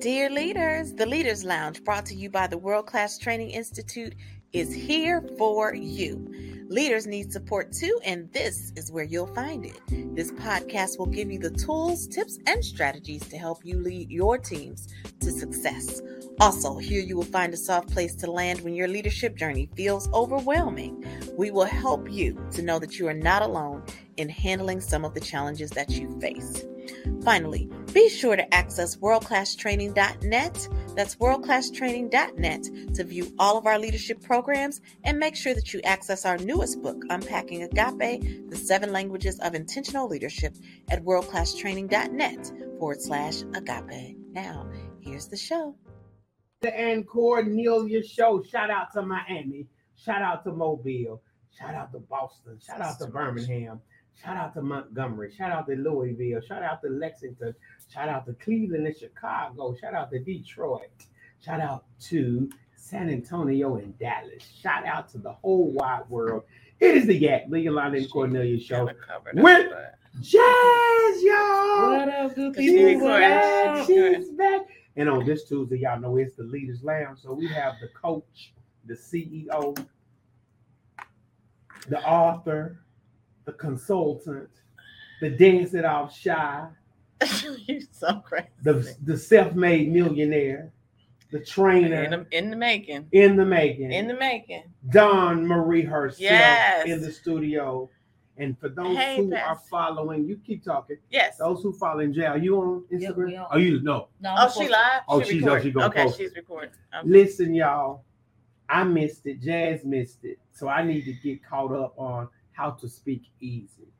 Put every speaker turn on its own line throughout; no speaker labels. Dear leaders, the Leaders Lounge, brought to you by the World Class Training Institute, is here for you. Leaders need support too, and this is where you'll find it. This podcast will give you the tools, tips, and strategies to help you lead your teams to success. Also, here you will find a soft place to land when your leadership journey feels overwhelming. We will help you to know that you are not alone in handling some of the challenges that you face. Finally, be sure to access worldclasstraining.net. That's worldclasstraining.net to view all of our leadership programs and make sure that you access our newest book, Unpacking Agape The Seven Languages of Intentional Leadership, at worldclasstraining.net forward slash agape. Now, here's the show.
The Ann Cornelia Show. Shout out to Miami. Shout out to Mobile. Shout out to Boston. Shout out to Birmingham. Shout out to Montgomery. Shout out to Louisville. Shout out to Lexington. Shout out to Cleveland and Chicago. Shout out to Detroit. Shout out to San Antonio and Dallas. Shout out to the whole wide world. It is the Yak, Leolanda and Cornelia show. With Jazz, y'all.
What up, good
She's
people? What
back.
up?
She's back. And on this Tuesday, y'all know it's the Leaders Lounge. So we have the coach, the CEO, the author, the consultant, the dance it off shy,
You're so crazy.
the, the self made millionaire, the
In
trainer
the, in the making.
in the making,
In the making.
Don Marie herself
Yes.
in the studio. And for those
Hey,
who
Pastor.
are following, you keep talking.
Yes. Oh,
Those who follow in jail, you on Instagram?
Yeah, we on.
Oh, you no.
No,
she live?
Oh,
she
she's- oh,
recording.
she gonna
Okay,
post it.
she's recording. Um,
Listen, y'all, I missed it. Jazz missed it. So I need to get caught up on how to speak easy.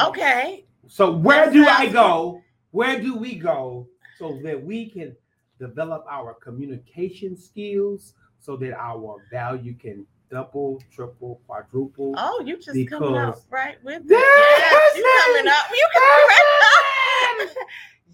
okay.
So where
That
do
sounds
I go? Where do we go so that we can develop our communication skills so that our value can double, triple, quadruple?
Oh, you just coming out
Because-
right with it.
Yes,
Yes, you
man.
coming up. You coming right up.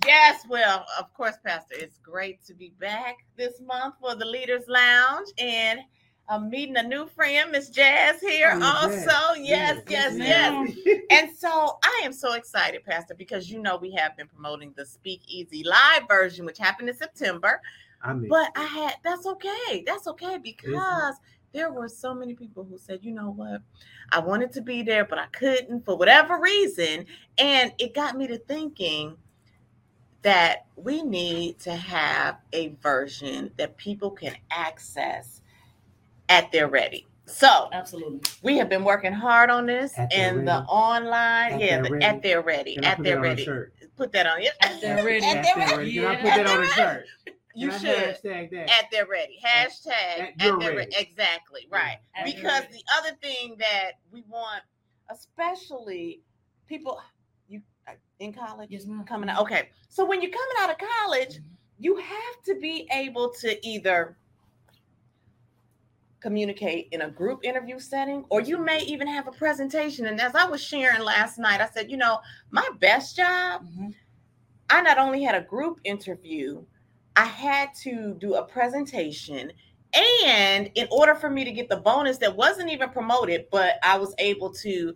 Yes, well, of course, Pastor. It's great to be back this month for the Leaders Lounge and I'm meeting a new friend, Miss Jazz here
Oh, Jazz.
also. Yes, yes,
yes,
yes.
ma'am.
And so I am so excited, Pastor, because you know we have been promoting the Speakeasy live version, which happened in September.
I missed
But
it.
I had that's okay. That's okay because there were so many people who said, you know what, I wanted to be there, but I couldn't for whatever reason. And it got me to thinking that we need to have a version that people can access at their ready. So
Absolutely.
we have been working hard on this
At their
and the
ready.
online,
At
yeah,
their
the,
ready.
at their ready,
Can I
at
put
their
that on a
ready.
shirt?
Put that on.
At their ready.
At
That's
their
it, right.
ready.
Can I
Yeah.
put that on a shirt?
You
Can I
should
Hashtag that.
at their ready. Hashtag at,
at your
their ready.
ready.
Exactly right.
At their
because
ready.
the other thing that we want, especially people, you uh, in college
Yes, ma'am. Mm-hmm.
coming out. Okay, so when you're coming out of college, you have to be able to either communicate in a group interview setting or you may even have a presentation and as i was sharing last night i said you know my best job
Mhm.
I not only had a group interview, I had to do a presentation. And in order for me to get the bonus that wasn't even promoted, but I was able to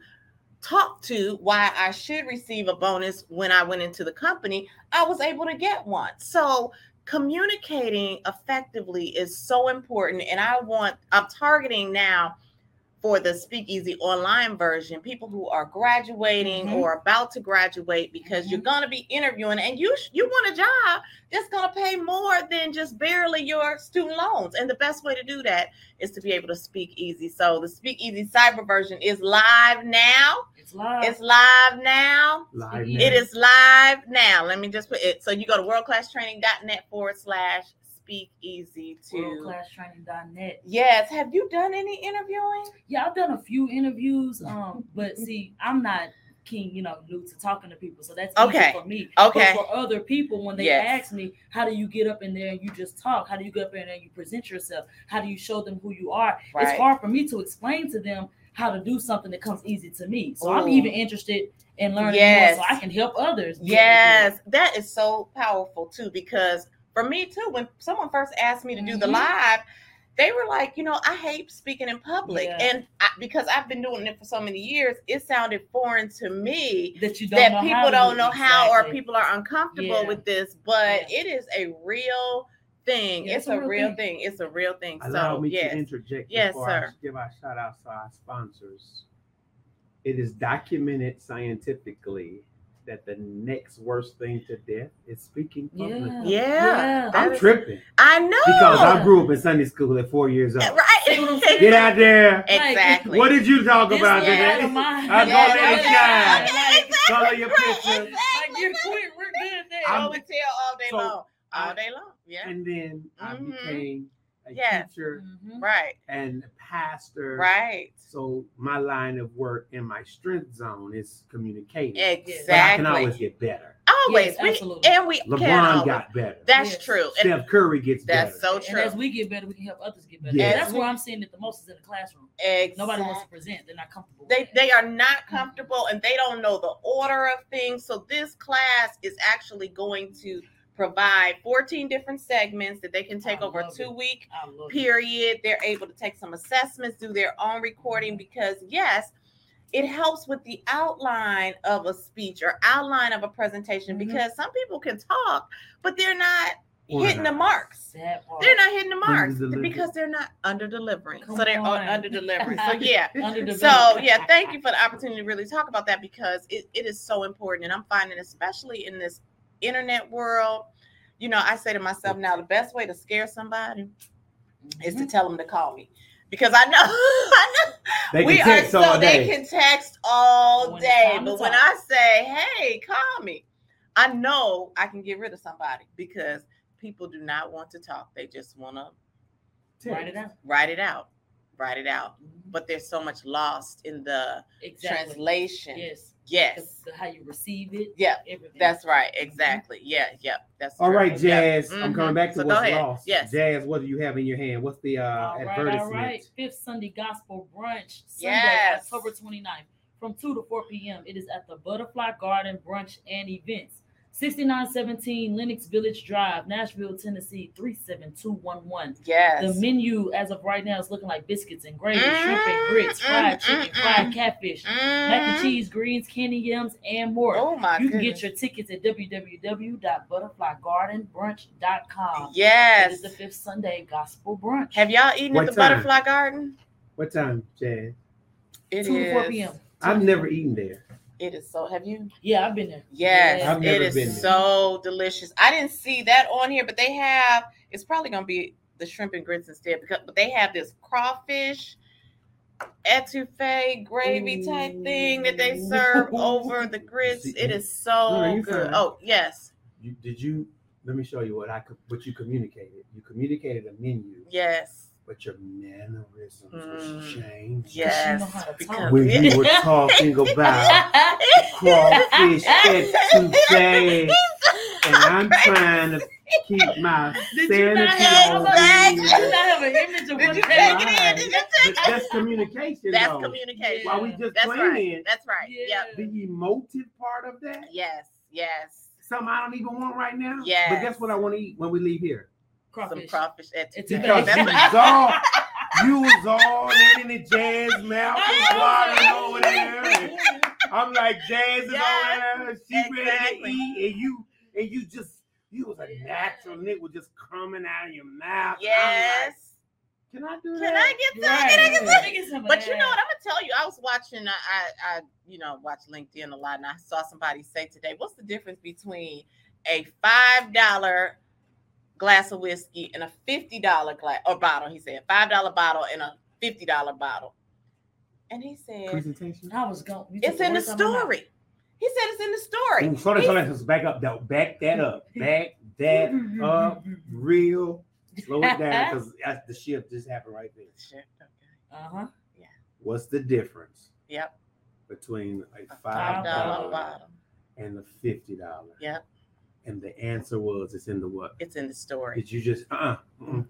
talk to why I should receive a bonus when I went into the company, I was able to get one. So communicating effectively is so important. And I want, I'm targeting now for the Speakeasy online version, people who are graduating
Mhm.
or about to graduate, because you're going to be interviewing and you sh- you want a job that's going to pay more than just barely your student loans. And the best way to do that is to be able to speak easy. So the Speakeasy cyber version is live now.
It's live.
It's live now.
Live
It
It
now.
is live now. Let me just put it. So you go to worldclasstraining.net forward slash speak easy to.
worldclasstraining.net.
Yes. Have you done any interviewing?
Yeah, I've done a few interviews, um, but see, I'm not keen, you know, new to talking to people, so that's
Okay.
easy for me.
Okay.
But for other people, when they
Yes.
ask me, how do you get up in there and you just talk? How do you get up in there and you present yourself? How do you show them who you are? It's hard for me to explain to them how to do something that comes easy to me. So
Ooh.
I'm even interested in learning
Yes.
more so I can help others. be able to do it.
Yes, that is so powerful too. Because for me too, when someone first asked me to do the
Mhm.
live, they were like, you know, I hate speaking in public,
Yeah.
and I, because I've been doing it for so many years, it sounded foreign to me
that you don't
that
know
people
how to
don't
do.
know how or
Exactly.
people are uncomfortable
Yeah.
with this, but it is a real thing.
Yeah,
it's, a, real thing. It's a real thing.
Allow
so
me
yes,
to interject
Yes,
before
sir.
I give our shout outs to our sponsors. It is documented scientifically that the next worst thing to death is speaking
Yeah.
publicly.
yeah,
Yeah.
that
I'm
is-
tripping
I know
because I grew up in Sunday school at four years old.
right.
Get out there.
exactly.
What did you talk
This
about
is
yeah,
out of
today?
my-
I
Yeah,
go there and
yeah,
shine.
okay, exactly.
Color your picture.
Like you're quit, we're good there.
I
I'm-
would tell all day
So,
long, all
I-
day long. Yeah,
And then I
Mhm.
became a
Yeah.
teacher
Mhm.
right,
and a pastor.
right,
So my line of work and my strength zone is communicating. But I can always
exactly.
get better.
Always,
Yes,
We-
absolutely.
and we can
LeBron
always.
got better.
That's
Yes.
true. And
Steph Curry gets
that's
better.
so
And
true.
as we get better, we can help others get better.
Yes.
That's where I'm seeing it the most is in the classroom.
Exact-
Nobody wants to present; they're not comfortable. with
They
that.
they are not comfortable and they don't know the order of things. So this class is actually going to provide 14 different segments that they can take
I
over a
love it.
two week
I love it.
period. They're able to take some assessments, do their own recording because, yes, it helps with the outline of a speech or outline of a presentation
Mhm.
because some people can talk, but they're not hitting the
Organized.
marks.
That part.
They're not hitting the marks
Under-deliver.
because they're not under delivering. So
Come
they're
on.
under delivering. So, yeah.
Underdeveloped.
So yeah, thank you for the opportunity to really talk about that because it, it is so important. And I'm finding, especially in this internet world, you know, I say to myself now, the best way to scare somebody is to
Mm-hmm.
Mhm.
tell them to call me. Because I know, I know
They
we
can
are
text all
so
day.
they can text all
When it's
day.
time to
But when
talk.
I say, hey, call me, I know I can get rid of somebody because people do not want to talk. They just want to
Text.
write it out.
write it out, write it out.
Mhm.
But there's so much lost in the
Exactly.
translation.
Yes.
Yes.
The- the- how you receive it.
Yeah.
Everything.
That's right. Exactly.
Mm-hmm.
Yeah. Yeah. That's
All
true.
right,
Yeah.
Jazz. I'm coming
Mhm.
back to
So go
what's
ahead.
lost.
Yes.
Jazz, what do you have in your hand? What's the uh,
all right.
advertisement?
All right. Fifth Sunday Gospel Brunch. Sunday,
Yes.
October 29th, from two to four p.m. It is at the Butterfly Garden Brunch and Events. 6917 Lenox Village Drive, Nashville, Tennessee 37211. The
Yes.
menu as of right now is looking like biscuits and gravy, shrimp and
Mm,
grits, fried
mm,
chicken,
mm,
fried catfish, mac
Mhm.
and cheese, greens, candy yams, and more.
Oh my
you can
goodness.
get your tickets at www.butterflygardenbrunch.com. It
yes.
is the fifth Sunday gospel brunch.
Have y'all eaten
What
at the
time?
Butterfly Garden?
What time, Jazz?
It is.
two to four p.m.
I've never eaten there.
It is so. Have you?
Yeah, I've been there.
Yes.
I've
it
never
is
been there.
so delicious. I didn't see that on here, but they have. It's probably gonna be the shrimp and grits instead because but they have this crawfish. Etouffee gravy type thing that they serve
Ooh.
over the grits.
See,
It is
no,
so
you
good.
fine.
Oh yes,
You, did you? Let me show you what I could. What you communicated. You communicated a menu,
yes.
but your mannerisms was
Mm.
changed.
Yes,
know how to
because
talk.
When you were talking about crawfish etouffee, and I'm trying to keep my
Did you not
sanity.
have,
on
I'm like, did you
here.
not have an image of
Did
what
you
that
take it in? Did you
But
take it?
that's communication.
That's
though.
communication.
While we just
That's
playing,
right. That's right. Yeah.
the emotive part of that,
Yes. Yes.
something I don't even want right now. But
Yes.
guess what I want to eat when we leave here?
Some
Crawfish.
crawfish at
It's
Because
That's
you was all, you was all in the jazz mouth and watering over there. I'm like, jazz is
Yes,
over there. She ready to
exactly.
eat, and you and you just you was a natural nigga was just coming out of your mouth. And I'm like,
Yes.
Can I do
Can
that?
I get some? Can I get some?
Right.
But you know what? I'm gonna tell you. I was watching. I, I, I, you know, watch LinkedIn a lot, and I saw somebody say today, "What's the difference between a five dollar glass of whiskey and a fifty dollar glass or bottle?" He said, five dollar bottle and a fifty dollar bottle." And he said,
Presentation.
I was going.
"It's in the story." He said, "It's in the story."
Ooh, so let's,
He
so let's back up though. Back that up. Back that
Mm-hmm.
up real. Slow it down because that's the shift just happened right there.
Shit, okay.
Uh-huh.
What's the difference?
Yep.
Between a
Five
five
Dollar
dollar
bottom.
and the fifty dollar.
Yep.
And the answer was it's in the what?
It's in the story.
Did you just uh uh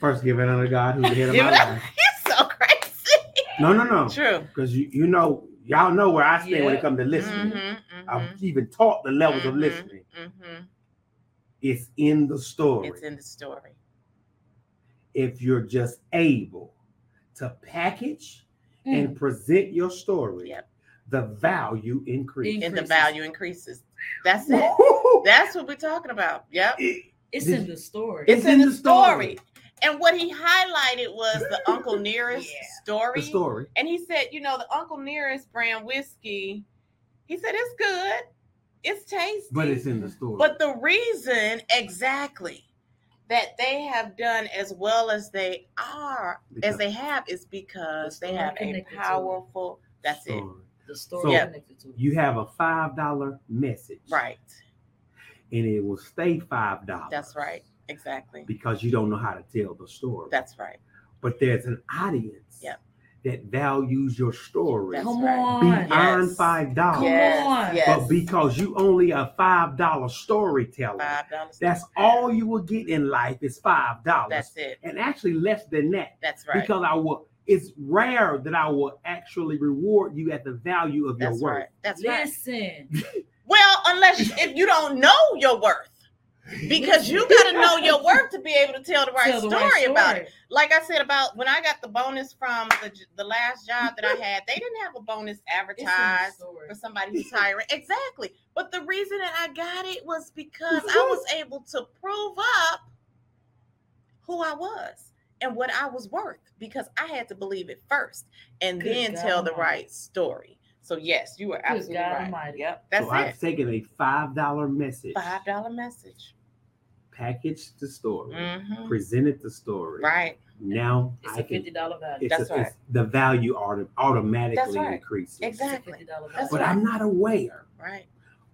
first give it unto God who's the head of
Give
my
it up.
life?
It's so crazy.
No, no, no.
True.
Because you you know y'all know where I stand when
Yeah.
it comes to listening.
Mm-hmm,
I've even taught the levels of
Mhm.
listening.
mm-hmm.
It's in the story.
It's in the story.
if you're just able to package and present your story,
Mm. Yep.
the value increases.
and the
Increases.
value increases. That's it.
Woo!
That's what we're talking about. Yep.
It's
Did-
in the story.
It's
It's, in,
in
the
the story.
story. And what he highlighted was the Uncle Nearest
Yeah.
story.
the story.
And he said, you know, the Uncle Nearest brand whiskey, he said it's good. It's tasty.
But it's in the story.
But the reason exactly that they have done as well as they are, as they have, is because they
story
have a
connected to it.
powerful, that's it.
Story.
the story
So-
connected to it.
You have a five dollar message,
Right.
And it will stay five dollars.
That's right. Exactly.
Because you don't know how to tell the story.
That's right.
but there's an audience
Yep.
that values your story
That's
Come
right.
on.
beyond
Yes.
five dollars.
yes.
on.
Yes.
But because you only a five dollar storyteller,
Five dollars.
that's all you will get in life is five dollars,
That's it.
and actually less than that
That's right.
because I will. It's rare that I will actually reward you at the value of
That's
your work.
right. That's right.
Listen.
Well, unless if you don't know your worth, because you got to know your worth to be able to tell the right,
Tell the
story, about it. Like I said about when I got the bonus from the j- the last job that I had, they didn't have a bonus
It's in the
advertised
story.
for somebody who's hiring. Exactly. But the reason that I got it was because I was
Mm-hmm.
able to prove up who I was and what I was worth because I had to believe it first and
Good
then
God
tell the
Almighty.
right story. So yes, you are
Good
absolutely
God
right.
Almighty.
Yep, that's
so
it.
I've taken a five dollar message,
Five dollar message.
packaged the story,
Mhm.
presented the story.
Right.
Now
It's
I
a
can
fifty dollar value.
it's,
That's
a,
right.
it's the value auto- automatically
right.
increases.
It's a
Exactly.
$50
That's
But
value.
right.
I'm not aware
Right.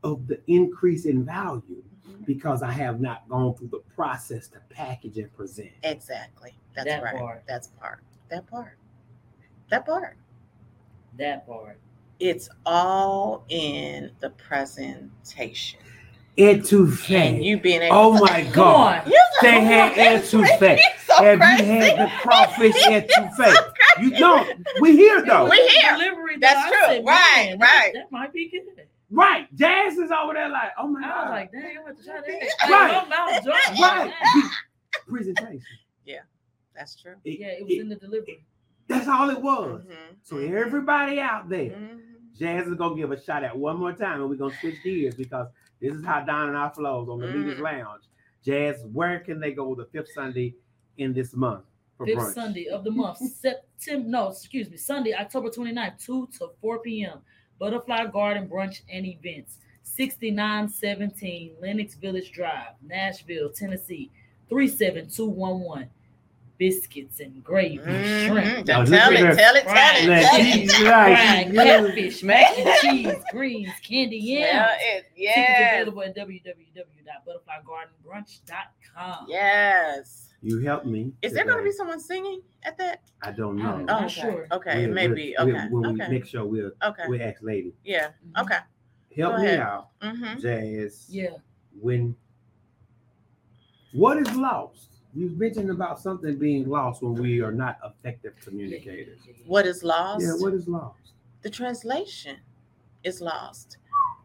of the increase in value
Mhm.
because I have not gone through the process to package and present.
Exactly. That's
That
right.
part.
That's part. That part. That part.
that part.
It's all in the presentation.
Etouffee.
And you being able
oh
to-
my
Come
God.
on.
You
They
know
had
what?
etouffee.
It's so
Have
crazy.
you had the crawfish etouffee? You don't. We here though.
We here.
Delivery that
That's
I
true.
said,
Right,
man,
right.
That, that might be good.
Right. Jazz is over there like, oh my
I was
God.
like, dang, I'm about to try that.
Right.
Like, my mouth dropped.
right.
Dang.
Be- presentation.
That's true.
It-
Yeah, it was
it-
in Mm-hmm. the delivery.
that's all it was.
Mhm.
So everybody out there,
Mhm.
Jazz is gonna give a shot at one more time, and we're gonna switch gears because this is how Don and I flows on the Leaders
Mhm.
Lounge. Jazz, where can they go the fifth Sunday in this month for
Fifth
brunch?
Sunday of the month, September. No, excuse me, Sunday, October 29th, 2 to 4 p.m. Butterfly Garden Brunch and Events, 6917 Lenox Village Drive, Nashville, Tennessee, 37211. Biscuits and gravy,
Mhm.
shrimp,
Now,
Don't
look
Tell
at her.
it, tell it,
Right.
tell it,
Now,
tell
Let's
she-
it.
eat.
right,
fried
she- yeah.
catfish, mac and cheese, greens, candy,
Tell
yams.
it.
Tickets
Yes.
available at www.butterflygardenbrunch.com.
Yes.
You help me.
Is there going to be
today.
someone singing at that?
I don't
I
know.
don't know.
Oh,
Not
okay.
sure.
Okay,
We'll-
maybe.
we'll-
okay.
We'll,
okay.
make sure we'll
okay.
we'll ask lady.
Yeah.
Mhm.
Okay.
Help
Go
me
ahead.
out,
Mm-hmm.
Jazz.
Yeah.
When what is lost? You mentioned about something being lost when we are not effective communicators.
What is lost?
Yeah, what is lost?
the translation is lost.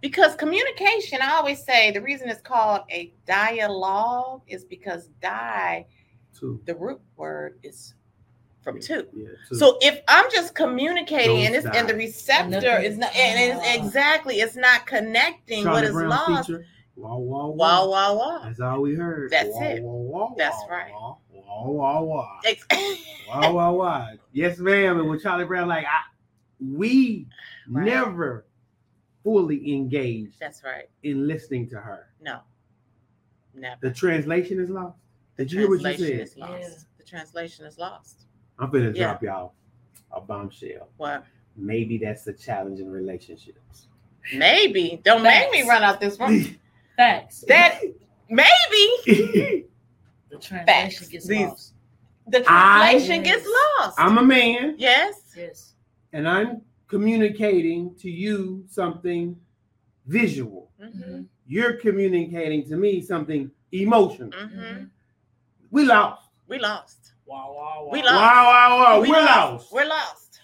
Because communication, I always say the reason it's called a dialogue is because die,
Two.
the root word is from two.
Yeah, two.
So if I'm just communicating and
Those
it's and the
die.
receptor
Nothing
is not
is
and
lost.
it's exactly it's not connecting what is lost.
Teacher, wah, wah, wah.
Wah wah wah.
That's all we heard.
That's
wah,
it.
Wah, wah,
That's
wah,
right.
Wah, wah, wah, wah.
Ex-
wah, wah, wah. Yes, ma'am. And with Charlie Brown, like, I, we
Right.
never fully engaged
That's right.
in listening to her.
No. Never.
The translation is lost. Did you hear what you
Translation
said?
is lost.
Yeah.
The translation is lost.
I'm finna
Yeah.
drop y'all a bombshell.
What?
Maybe that's the challenge in relationships.
Maybe. Don't make me
Facts.
run out this room.
Facts.
That maybe
I'm
the translation
Facts.
gets
These-
lost.
the
I-
translation gets lost.
a man.
yes.
Yes.
and I'm communicating to you something visual.
Mm-hmm.
Mhm.
You're communicating to me something emotional.
Mm-hmm.
Mhm.
We lost.
We lost.
Wow, wow, wow.
We
Wow,
Lost.
wow, wow. We are Oh, lost.
We're lost.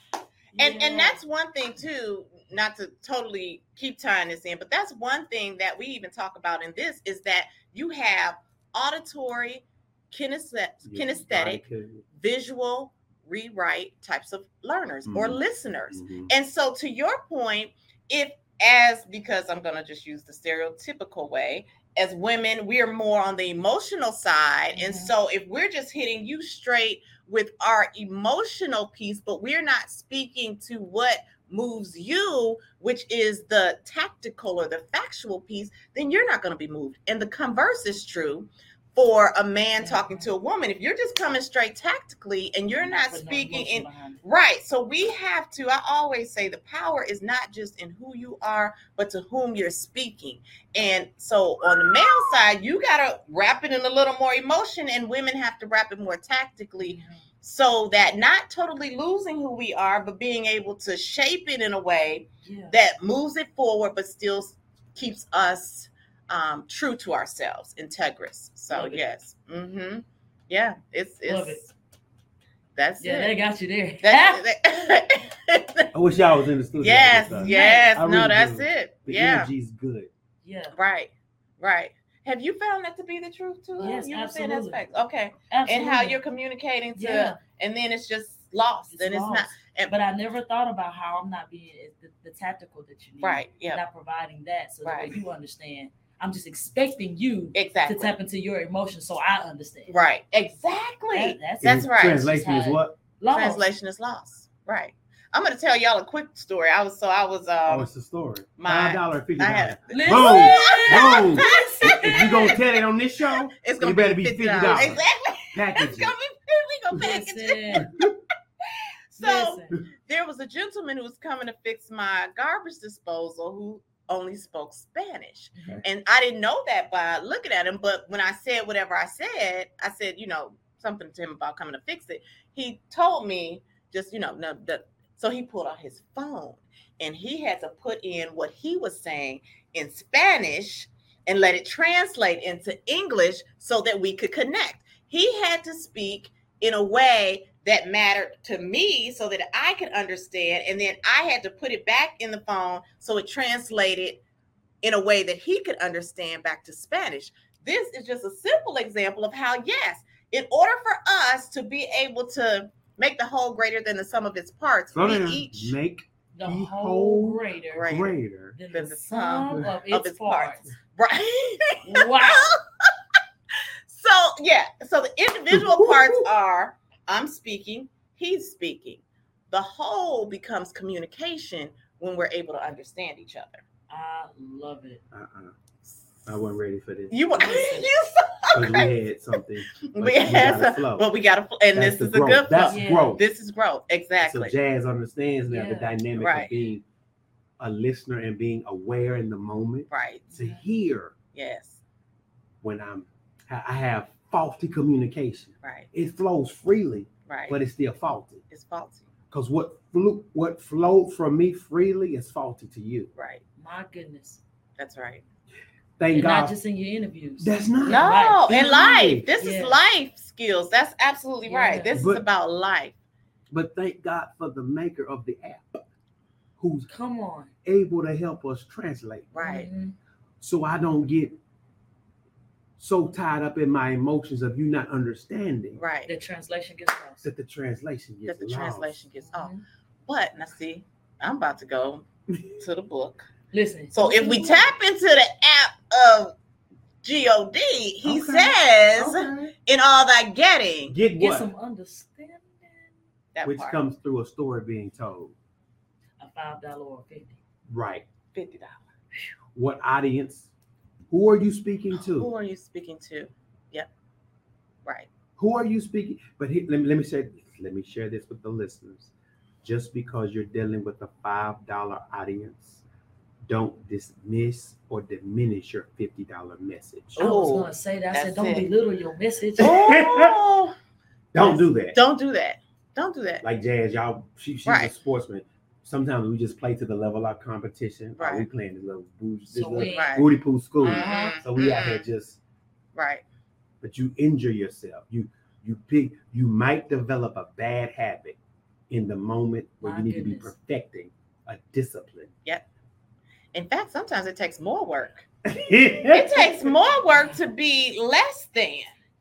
And and
Yeah.
that's one thing too, not to totally keep tying this in, but that's one thing that we even talk about in this is that you have auditory kinesthet-
Yeah,
kinesthetic,
I could.
visual, rewrite types of learners or
Mhm.
listeners.
Mhm.
And so, to your point, if as because I'm going to just use the stereotypical way, as women, we are more on the emotional side. And
Mhm.
so, if we're just hitting you straight with our emotional piece, but we're not speaking to what moves you, which is the tactical or the factual piece, then you're not going to be moved. And the converse is true. For a man talking to a woman, if you're just coming straight tactically and you're not
With no
speaking
emotion
in
behind it.
Right. So we have to, I always say the power is not just in who you are, but to whom you're speaking. And so on the male side, you got to wrap it in a little more emotion, and women have to wrap it more tactically so that not totally losing who we are, but being able to shape it in a way
Yeah.
that moves it forward, but still keeps us um, true to ourselves, integrous. So,
Love it.
yes. Mm-hmm. Yeah. It's, it's,
Love it.
that's
Yeah,
it.
they got you there.
That's it.
I wish y'all was in the studio.
yes,
with us.
yes.
I really
no, that's
do.
it.
The
Yeah.
energy's good.
yeah,
Right. Right. Have you found that to be the truth too?
Yes,
you were saying that's
absolutely.
facts. Okay.
absolutely.
And how you're communicating to
yeah,
and then it's just lost and it's not
lost.
and-
but I never thought about how I'm not being the, the tactical that you need.
right. Yeah.
Not providing that so
Right.
that way you understand. I'm just expecting you
Exactly.
to tap into your emotions so I understand.
Right. Exactly.
That- that's
That's
And
right.
Translation
She's
is what?
lost.
Translation is lost. Right. I'm gonna tell y'all a quick story. I was so I was
Oh,
um
it's the story.
my-
Five dollar fifty
I had
dollars.
Listen.
Boom.
Listen.
If you gonna tell it on this show,
it's gonna
You better be $50.
Exactly. It's
package it.
gonna be we gonna package it.
Listen.
So
Listen.
there was a gentleman who was coming to fix my garbage disposal who only spoke Spanish.
Okay.
And I didn't know that by looking at him, but when I said whatever I said, I said, you know, something to him about coming to fix it. He told me just, you know, no, the, so he pulled out his phone and he had to put in what he was saying in Spanish and let it translate into English so that we could connect. He had to speak in a way that mattered to me so that I could understand. And then I had to put it back in the phone so it translated in a way that he could understand back to Spanish. This is just a simple example of how, yes, in order for us to be able to make the whole greater than the sum of its parts,
So
we
then
each
make
The
Behold
whole greater
greater
greater.
than
than
the
the
sum
sum
of its,
of its
parts.
parts. Right.
Wow.
So yeah, so the individual parts are I'm speaking, he's speaking. The whole becomes communication when we're able to understand each other.
I love it.
Uh-uh. I wasn't ready for this.
You want you so
'Cause we had something.
crazy.
but
We have
gotta
some,
flow.
but we got to, and
That's
this
the
is
growth.
a good
That's
flow.
Yeah.
growth.
This is growth, exactly.
So jazz understands now the
Yeah.
dynamic
Right.
of being a listener and being aware in the moment
Right.
to hear
Yes.
when I'm I I have faulty communication.
Right.
It flows freely,
Right.
but it's still faulty.
it's faulty.
Because what flew what flowed from me freely is faulty to you.
Right.
My goodness.
That's right.
Thank
And not
God.
just in your interviews.
that's not
No,
Life.
in life, this
Yeah.
is life skills. That's absolutely
Yeah.
right. This
But-
is about life.
but thank God for the maker of the app who's
Come on.
able to help us translate.
Right.
Mhm.
so I don't get so tied up in my emotions of you not
Mm-hmm.
understanding
Right.
The translation gets lost.
that the translation gets
that the
lost.
translation gets off.
Mhm.
But now see, I'm about to go to the book.
Listen.
So if we tap into the app of God,
Okay.
he says,
Okay.
"In all thy getting,
Get
get
what?
some understanding,
that
Which
part,
comes through a story being told.
a five dollar or fifty.
Right.
fifty dollars.
What audience? Who are you speaking
Who
to?
are you speaking to? Yep, right.
Who are you speaking? But he, let, me, let me say let me share this with the listeners. Just because you're dealing with a five dollar audience, don't dismiss or diminish your fifty dollar message.
I was
Ooh,
gonna say that. I said,
Oh, that's
don't
it.
belittle your message.
Oh,
Don't do that.
don't do that. Don't do that.
like Jazz, y'all, she, she's
Right.
a sportsman. Sometimes we just play to the level of competition. Right. we
Right.
playing this little booty, this
So
little
we Uh-huh.
Right.
booty poo school.
Mhm,
So we out here
mhm,
just,
Right.
but you injure yourself. You you pick. You might develop a bad habit in the moment where
My
you need to be
goodness.
perfecting a discipline.
In fact, sometimes it takes more work. It
it
takes more work to be less than.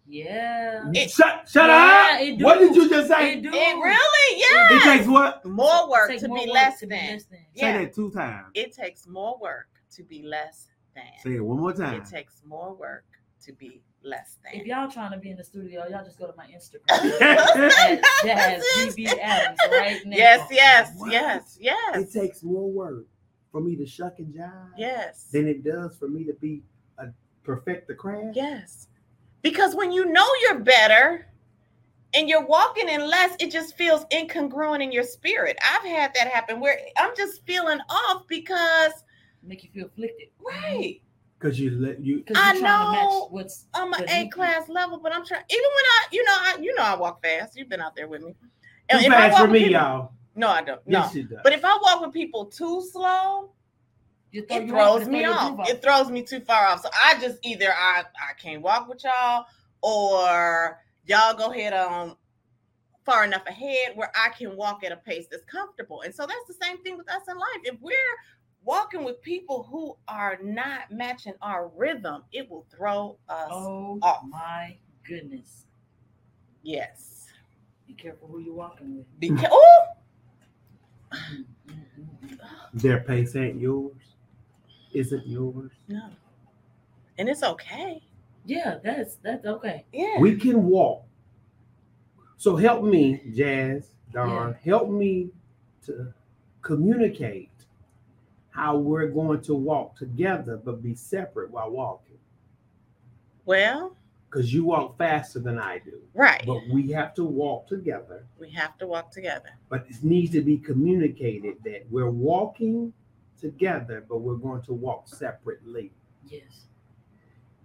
Yeah.
It-
shut shut
Yeah, it
up.
do.
What did you just say?
It do.
It really,
It
yeah.
takes what?
More work
Take
to
more
be
work
less
to be
than.
less than.
Yeah.
Say that two times.
It takes more work to be less
Say
than.
it one more time.
It takes more work to be less
If
than.
y'all trying to be in the studio, y'all just go to my Instagram.
it
Jazz BB Adams right now.
Yes, yes,
What?
yes, yes,
takes more work for me to shuck and jive
yes.
than it does for me to be a perfect the craft.
Yes. Because when you know you're better and you're walking in less, it just feels incongruent in your spirit. I've had that happen where I'm just feeling off because,
Make you feel afflicted.
right,
Cause you let you.
'Cause
I
you're trying to
know.
match what's
I'm an
But you-
A class level, but I'm trying, even when I, you know, I, you know, I walk fast. You've been out there with me.
Too
if I
fast
walk
for
with
me,
people-
y'all.
No, I don't. No.
Yes, you do.
But if I walk with people too slow,
you throw
it
you
throws
off,
me
throw your
off.
groove off.
It throws me too far off. So I just either I I can't walk with y'all or y'all go ahead on far enough ahead where I can walk at a pace that's comfortable. And so that's the same thing with us in life. If we're walking with people who are not matching our rhythm, it will throw us.
Oh
off.
my goodness.
Yes.
Be careful who you're walking with.
Be ca- Ooh!
Mm, mm, mm, mm.
Their pace ain't yours. Isn't yours.
No. And it's okay.
Yeah, that's that's okay.
Yeah.
We can walk. So help me, Jazz, Don, help me to communicate how we're going to walk together but be separate while walking.
Well,
Because you walk faster than I do.
right.
But we have to walk together.
We have to walk together.
But it needs to be communicated that we're walking together, but we're going to walk separately.
Yes.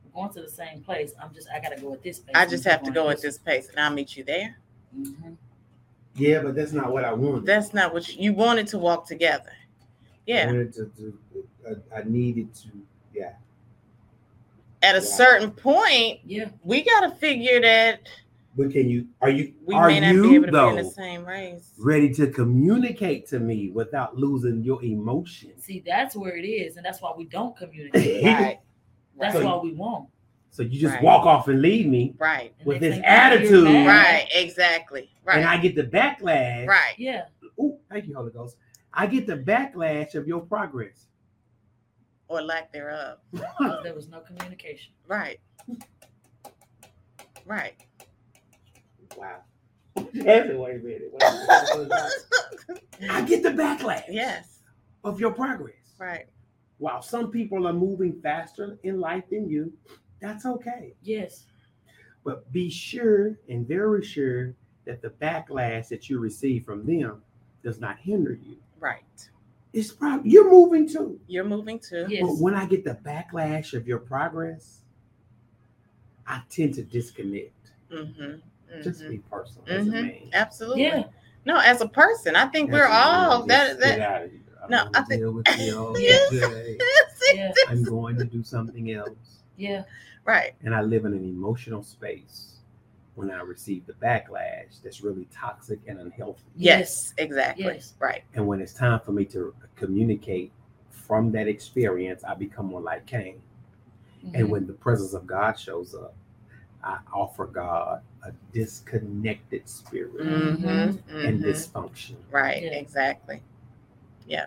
We're going to the same place. I'm just I gotta go at this pace.
I just have to go at this pace and I'll meet you there.
hmm
Yeah, but that's not what I wanted.
That's not what you, you wanted to walk together.
I
Yeah.
wanted to do. I, I needed to. Yeah.
At a
Yeah.
certain point,
Yeah.
we got to figure that
But can you? Are you?
we
are
may not
you
be able to
though
be in the same race.
ready to communicate to me without losing your emotions?
See, that's where it is, and that's why we don't communicate.
so
Right.
That's
So
right.
why we won't.
you just
Right.
walk off and leave me,
Right.
And
With
they
this
think you're
attitude.
mad.
Right. Exactly.
and
Right.
I get the backlash.
Right.
Yeah.
Ooh, thank you, Holy Ghost. I get the backlash of your progress.
Or lack thereof.
'cause There was no communication.
Right. Right.
Wow. Every- wait a minute, wait a minute. I get the backlash
yes.
of your progress.
Right.
While some people are moving faster in life than you, that's okay.
Yes.
But be sure and very sure that the backlash that you receive from them does not hinder you.
Right.
It's probably you're moving too.
You're moving to.
Yes.
But when I get the backlash of your progress, I tend to disconnect.
Mm-hmm.
Just
hmm
be personal as a
Mhm.
man.
Absolutely.
Yeah.
No, as a person, I think we're all that. that no,
no,
I
I
think-
deal with you
Yes.
today.
Yeah.
I'm going to do something else.
Yeah.
right.
And I live in an emotional space when I receive the backlash that's really toxic and unhealthy.
Yes. Exactly.
Yes.
Right.
And when it's time for me to communicate from that experience, I become more like Cain. And
Mm-hmm.
Mhm.
when the presence of God shows up, I offer God a disconnected spirit
Mm-hmm.
Mhm.
and dysfunction.
Right.
Yeah.
Exactly. Yeah.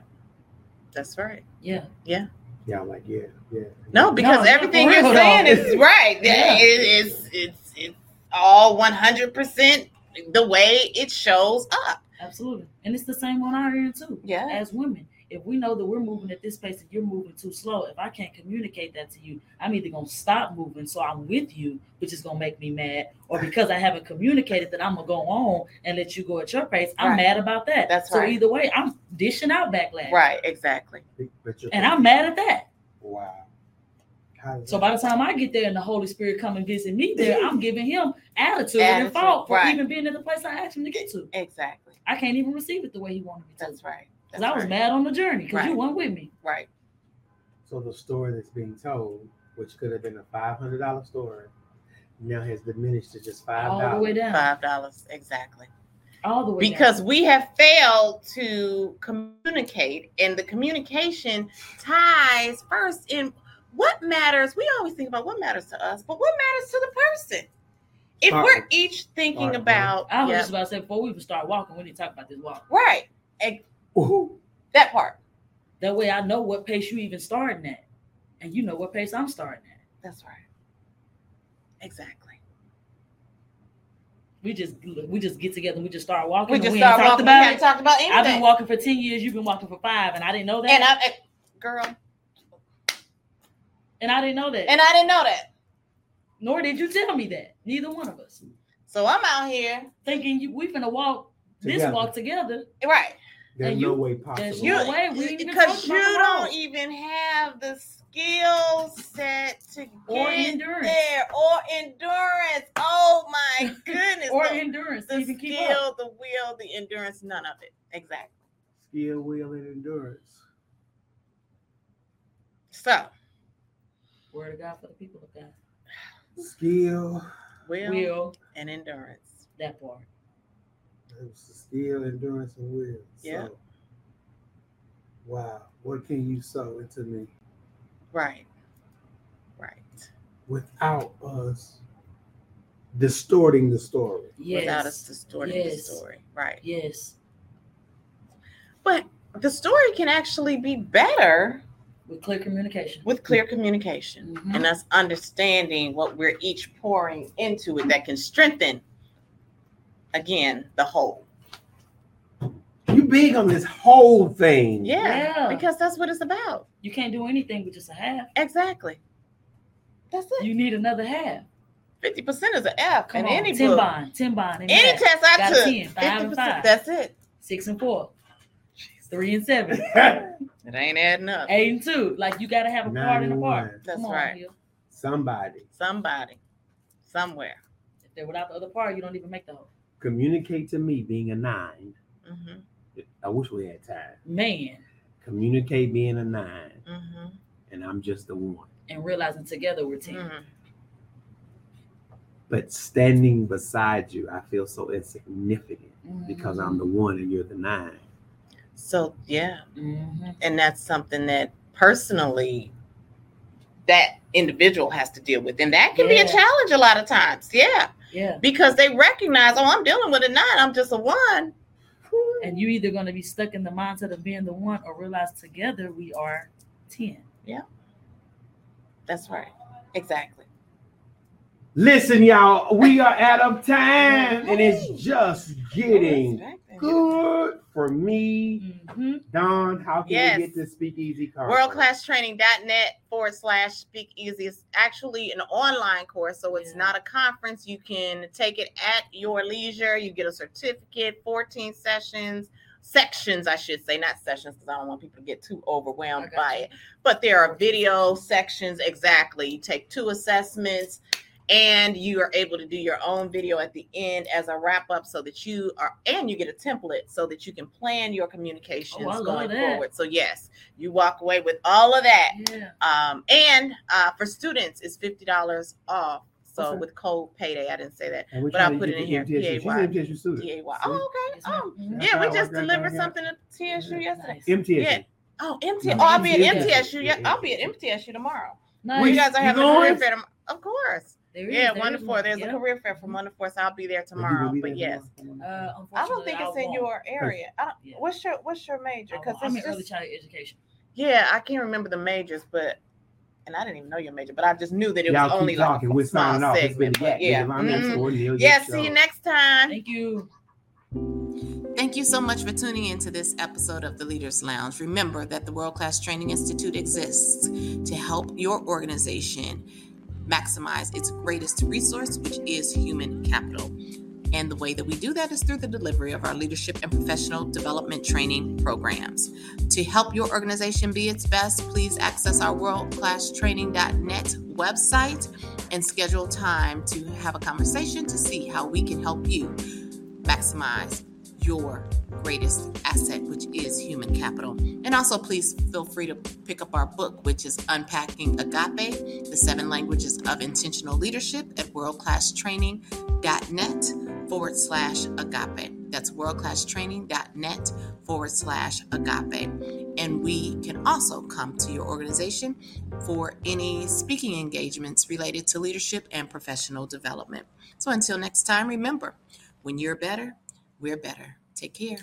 That's right.
Yeah.
Yeah, I'm like, yeah, yeah.
No, because
No,
everything
for
you're
real
saying
though.
is right.
Yeah.
It- it's, it's it's all 100 percent the way it shows up.
Absolutely. And it's the same on our end too.
Yeah.
As women, if we know that we're moving at this pace and you're moving too slow, if I can't communicate that to you, I'm either gonna stop moving so I'm with you, which is gonna make me mad, or because I haven't communicated that I'm gonna go on and let you go at your pace, I'm
Right.
mad about that.
That's
so
right.
either way, I'm dishing out backlash.
Right. Exactly.
But you're-
And I'm mad at that.
wow. How does
So
that-
by the time I get there and the Holy Spirit come and visit me there, I'm giving him
Attitude,
attitude, and fault for
right.
even being at the place I asked him to get to.
Exactly.
I can't even receive it the way he wanted me to.
That's right.
Because
That's
I was
right.
mad on the journey because
Right.
you weren't with me.
Right.
so the story that's being told, which could have been a five hundred dollar story, now has diminished to just five
all the way
dollars.
down.
Five dollars. Exactly.
All the way down.
because we have failed to communicate and the communication ties first in what matters we always think about what matters to us but what matters to the person if
All
we're
right.
each thinking
All right,
about
I was
yeah,
just about to say before we even start walking, we need to talk about this walk.
right
Ooh,
that part.
That way, I know what pace you even starting at, and you know what pace I'm starting at.
That's right. Exactly.
We just we just get together, and we just start walking.
We
and
just
ain't
start
talked
walking. We
about
haven't
it.
talked about
I've been
anything.
walking for ten years. You've been walking for five, and I didn't know that.
And I, and- girl,
And I didn't know that.
and I didn't know that.
Nor did you tell me that. Neither one of us.
So I'm out here,
Thinking you, we finna walk this
Together.
walk together.
right?
there's
And
no
you-
way possible.
there's
You
No way, we ain't even
because
talked
you
about the road.
don't even have the skill set to
Or
get
endurance.
there or endurance. Oh my goodness!
Or
the,
endurance to
the
even keep up.
skill, the will, the endurance, none of it. Exactly.
Skill, will, and endurance.
So
Word of God for the people of God.
Skill,
will,
Will
and endurance.
that part.
it's skill, endurance, and will.
Yeah.
So, wow, what can you sow into me
Right. Right.
without us distorting the story?
Yes.
Without us distorting the
Yes.
story. Right.
Yes.
But the story can actually be better
With clear communication.
with clear communication
Mhm.
and us understanding what we're each pouring into it that can strengthen, again, the whole.
You big on this whole thing.
Yeah,
Yeah.
Because that's what it's about.
You can't do anything with just a half.
Exactly. That's it.
You need another half.
50% is an F
Come
in
on.
any
ten
book.
bond. Ten bond. in the
Any
back.
test I
Got a
took.
10, five and
50%.
five.
That's it.
Six and four. Three and seven.
It ain't adding up.
Eight and two. Like you gotta have a part
Nine
in a
and
part.
one.
That's
Come on,
right.
Will.
Somebody
Somebody, somewhere.
If they're without the other part, you don't even make the whole.
communicate to me being a nine.
hmm
I wish we had time.
Man.
Communicate being a nine,
hmm
and I'm just a one.
And realizing together we're 10
hmm
But standing beside you, I feel so insignificant
Mm-hmm.
because I'm the one and you're the nine.
So, yeah.
Mhm.
and that's something that personally that individual has to deal with and that can be
Yeah.
a challenge a lot of times yeah
Yeah.
because they recognize oh i'm dealing with a nine i'm just a one
And you either gonna be stuck in the mindset of being the one or realize together we are ten.
that's right exactly
Listen, y'all, we are out of time, and it's
Oh,
just getting good for me.
Mm-hmm.
Don, how can
Yes.
we get this speakeasy card?
worldclasstraining.net forward slash speakeasy is actually an online course so it's
Yeah.
not a conference you can take it at your leisure you get a certificate 14 sessions sections i should say not sessions because i don't want people to get too overwhelmed by it but there are video sections exactly you take two assessments and you are able to do your own video at the end as a wrap up so that you are and you get a template so that you can plan your communications
Oh, I love
going
that.
forward so yes you walk away with all of that
Yeah.
um, and uh, for students it's $50 off so
Okay.
with code payday i didn't say that
And we're
But I'll
trying to
put
get
it in
you
here,
TSU. She's
PAY.
MTSU student.
DAY.
See?
oh okay
Yes,
oh
ma'am.
That's
yeah
how
we
it
just
works out,
delivered
yeah.
something to tsu yesterday
Mm-hmm. Nice.
MTSU.
Yeah. Oh, MTSU.
Yeah.
Oh, I'll be at
Yeah.
MTSU. Yeah,
Yeah.
I'll be at MTSU tomorrow.
Nice.
you guys are
you
having a
going?
career fair tomorrow. Of course.
There is-
Yeah,
there is
one to four.
one.
There's a
Yeah.
career fair from one to four, so I'll be there
But Mm-hmm. you gonna
tomorrow.
be
But
there
yes.
tomorrow?
Uh,
I don't think
unfortunately,
it's
I
in
won't.
your area. I don't
Yeah.
what's your what's your major?
Oh,
I
Because
won't. Oh, I'm in
it's
early
just
child education.
yeah, I can't remember the majors, but and I didn't even know your major, but I just knew that it
Y'all
was
keep
only like a
talking.
f-
We're
small
signing off. It's been Yak
segment. But yeah.
Nigga. I'm
Mhm.
Maxwell Neal,
Yeah,
your
see you
show.
next time.
Thank you.
Thank you so much for tuning in to this episode of The Leaders Lounge. Remember that the World Class Training Institute exists to help your organization maximize its greatest resource, which is human capital. And the way that we do that is through the delivery of our leadership and professional development training programs. To help your organization be its best, please access our worldclasstraining.net website and schedule time to have a conversation to see how we can help you maximize your greatest asset, which is human capital. And also, please feel free to pick up our book, which is Unpacking Agape The Seven Languages of Intentional Leadership at worldclasstraining.net forward slash agape. That's worldclasstraining.net forward slash agape.
And we can also come to your organization for any speaking engagements related to leadership and professional development. So until next time, remember when you're better, we're better. Take care.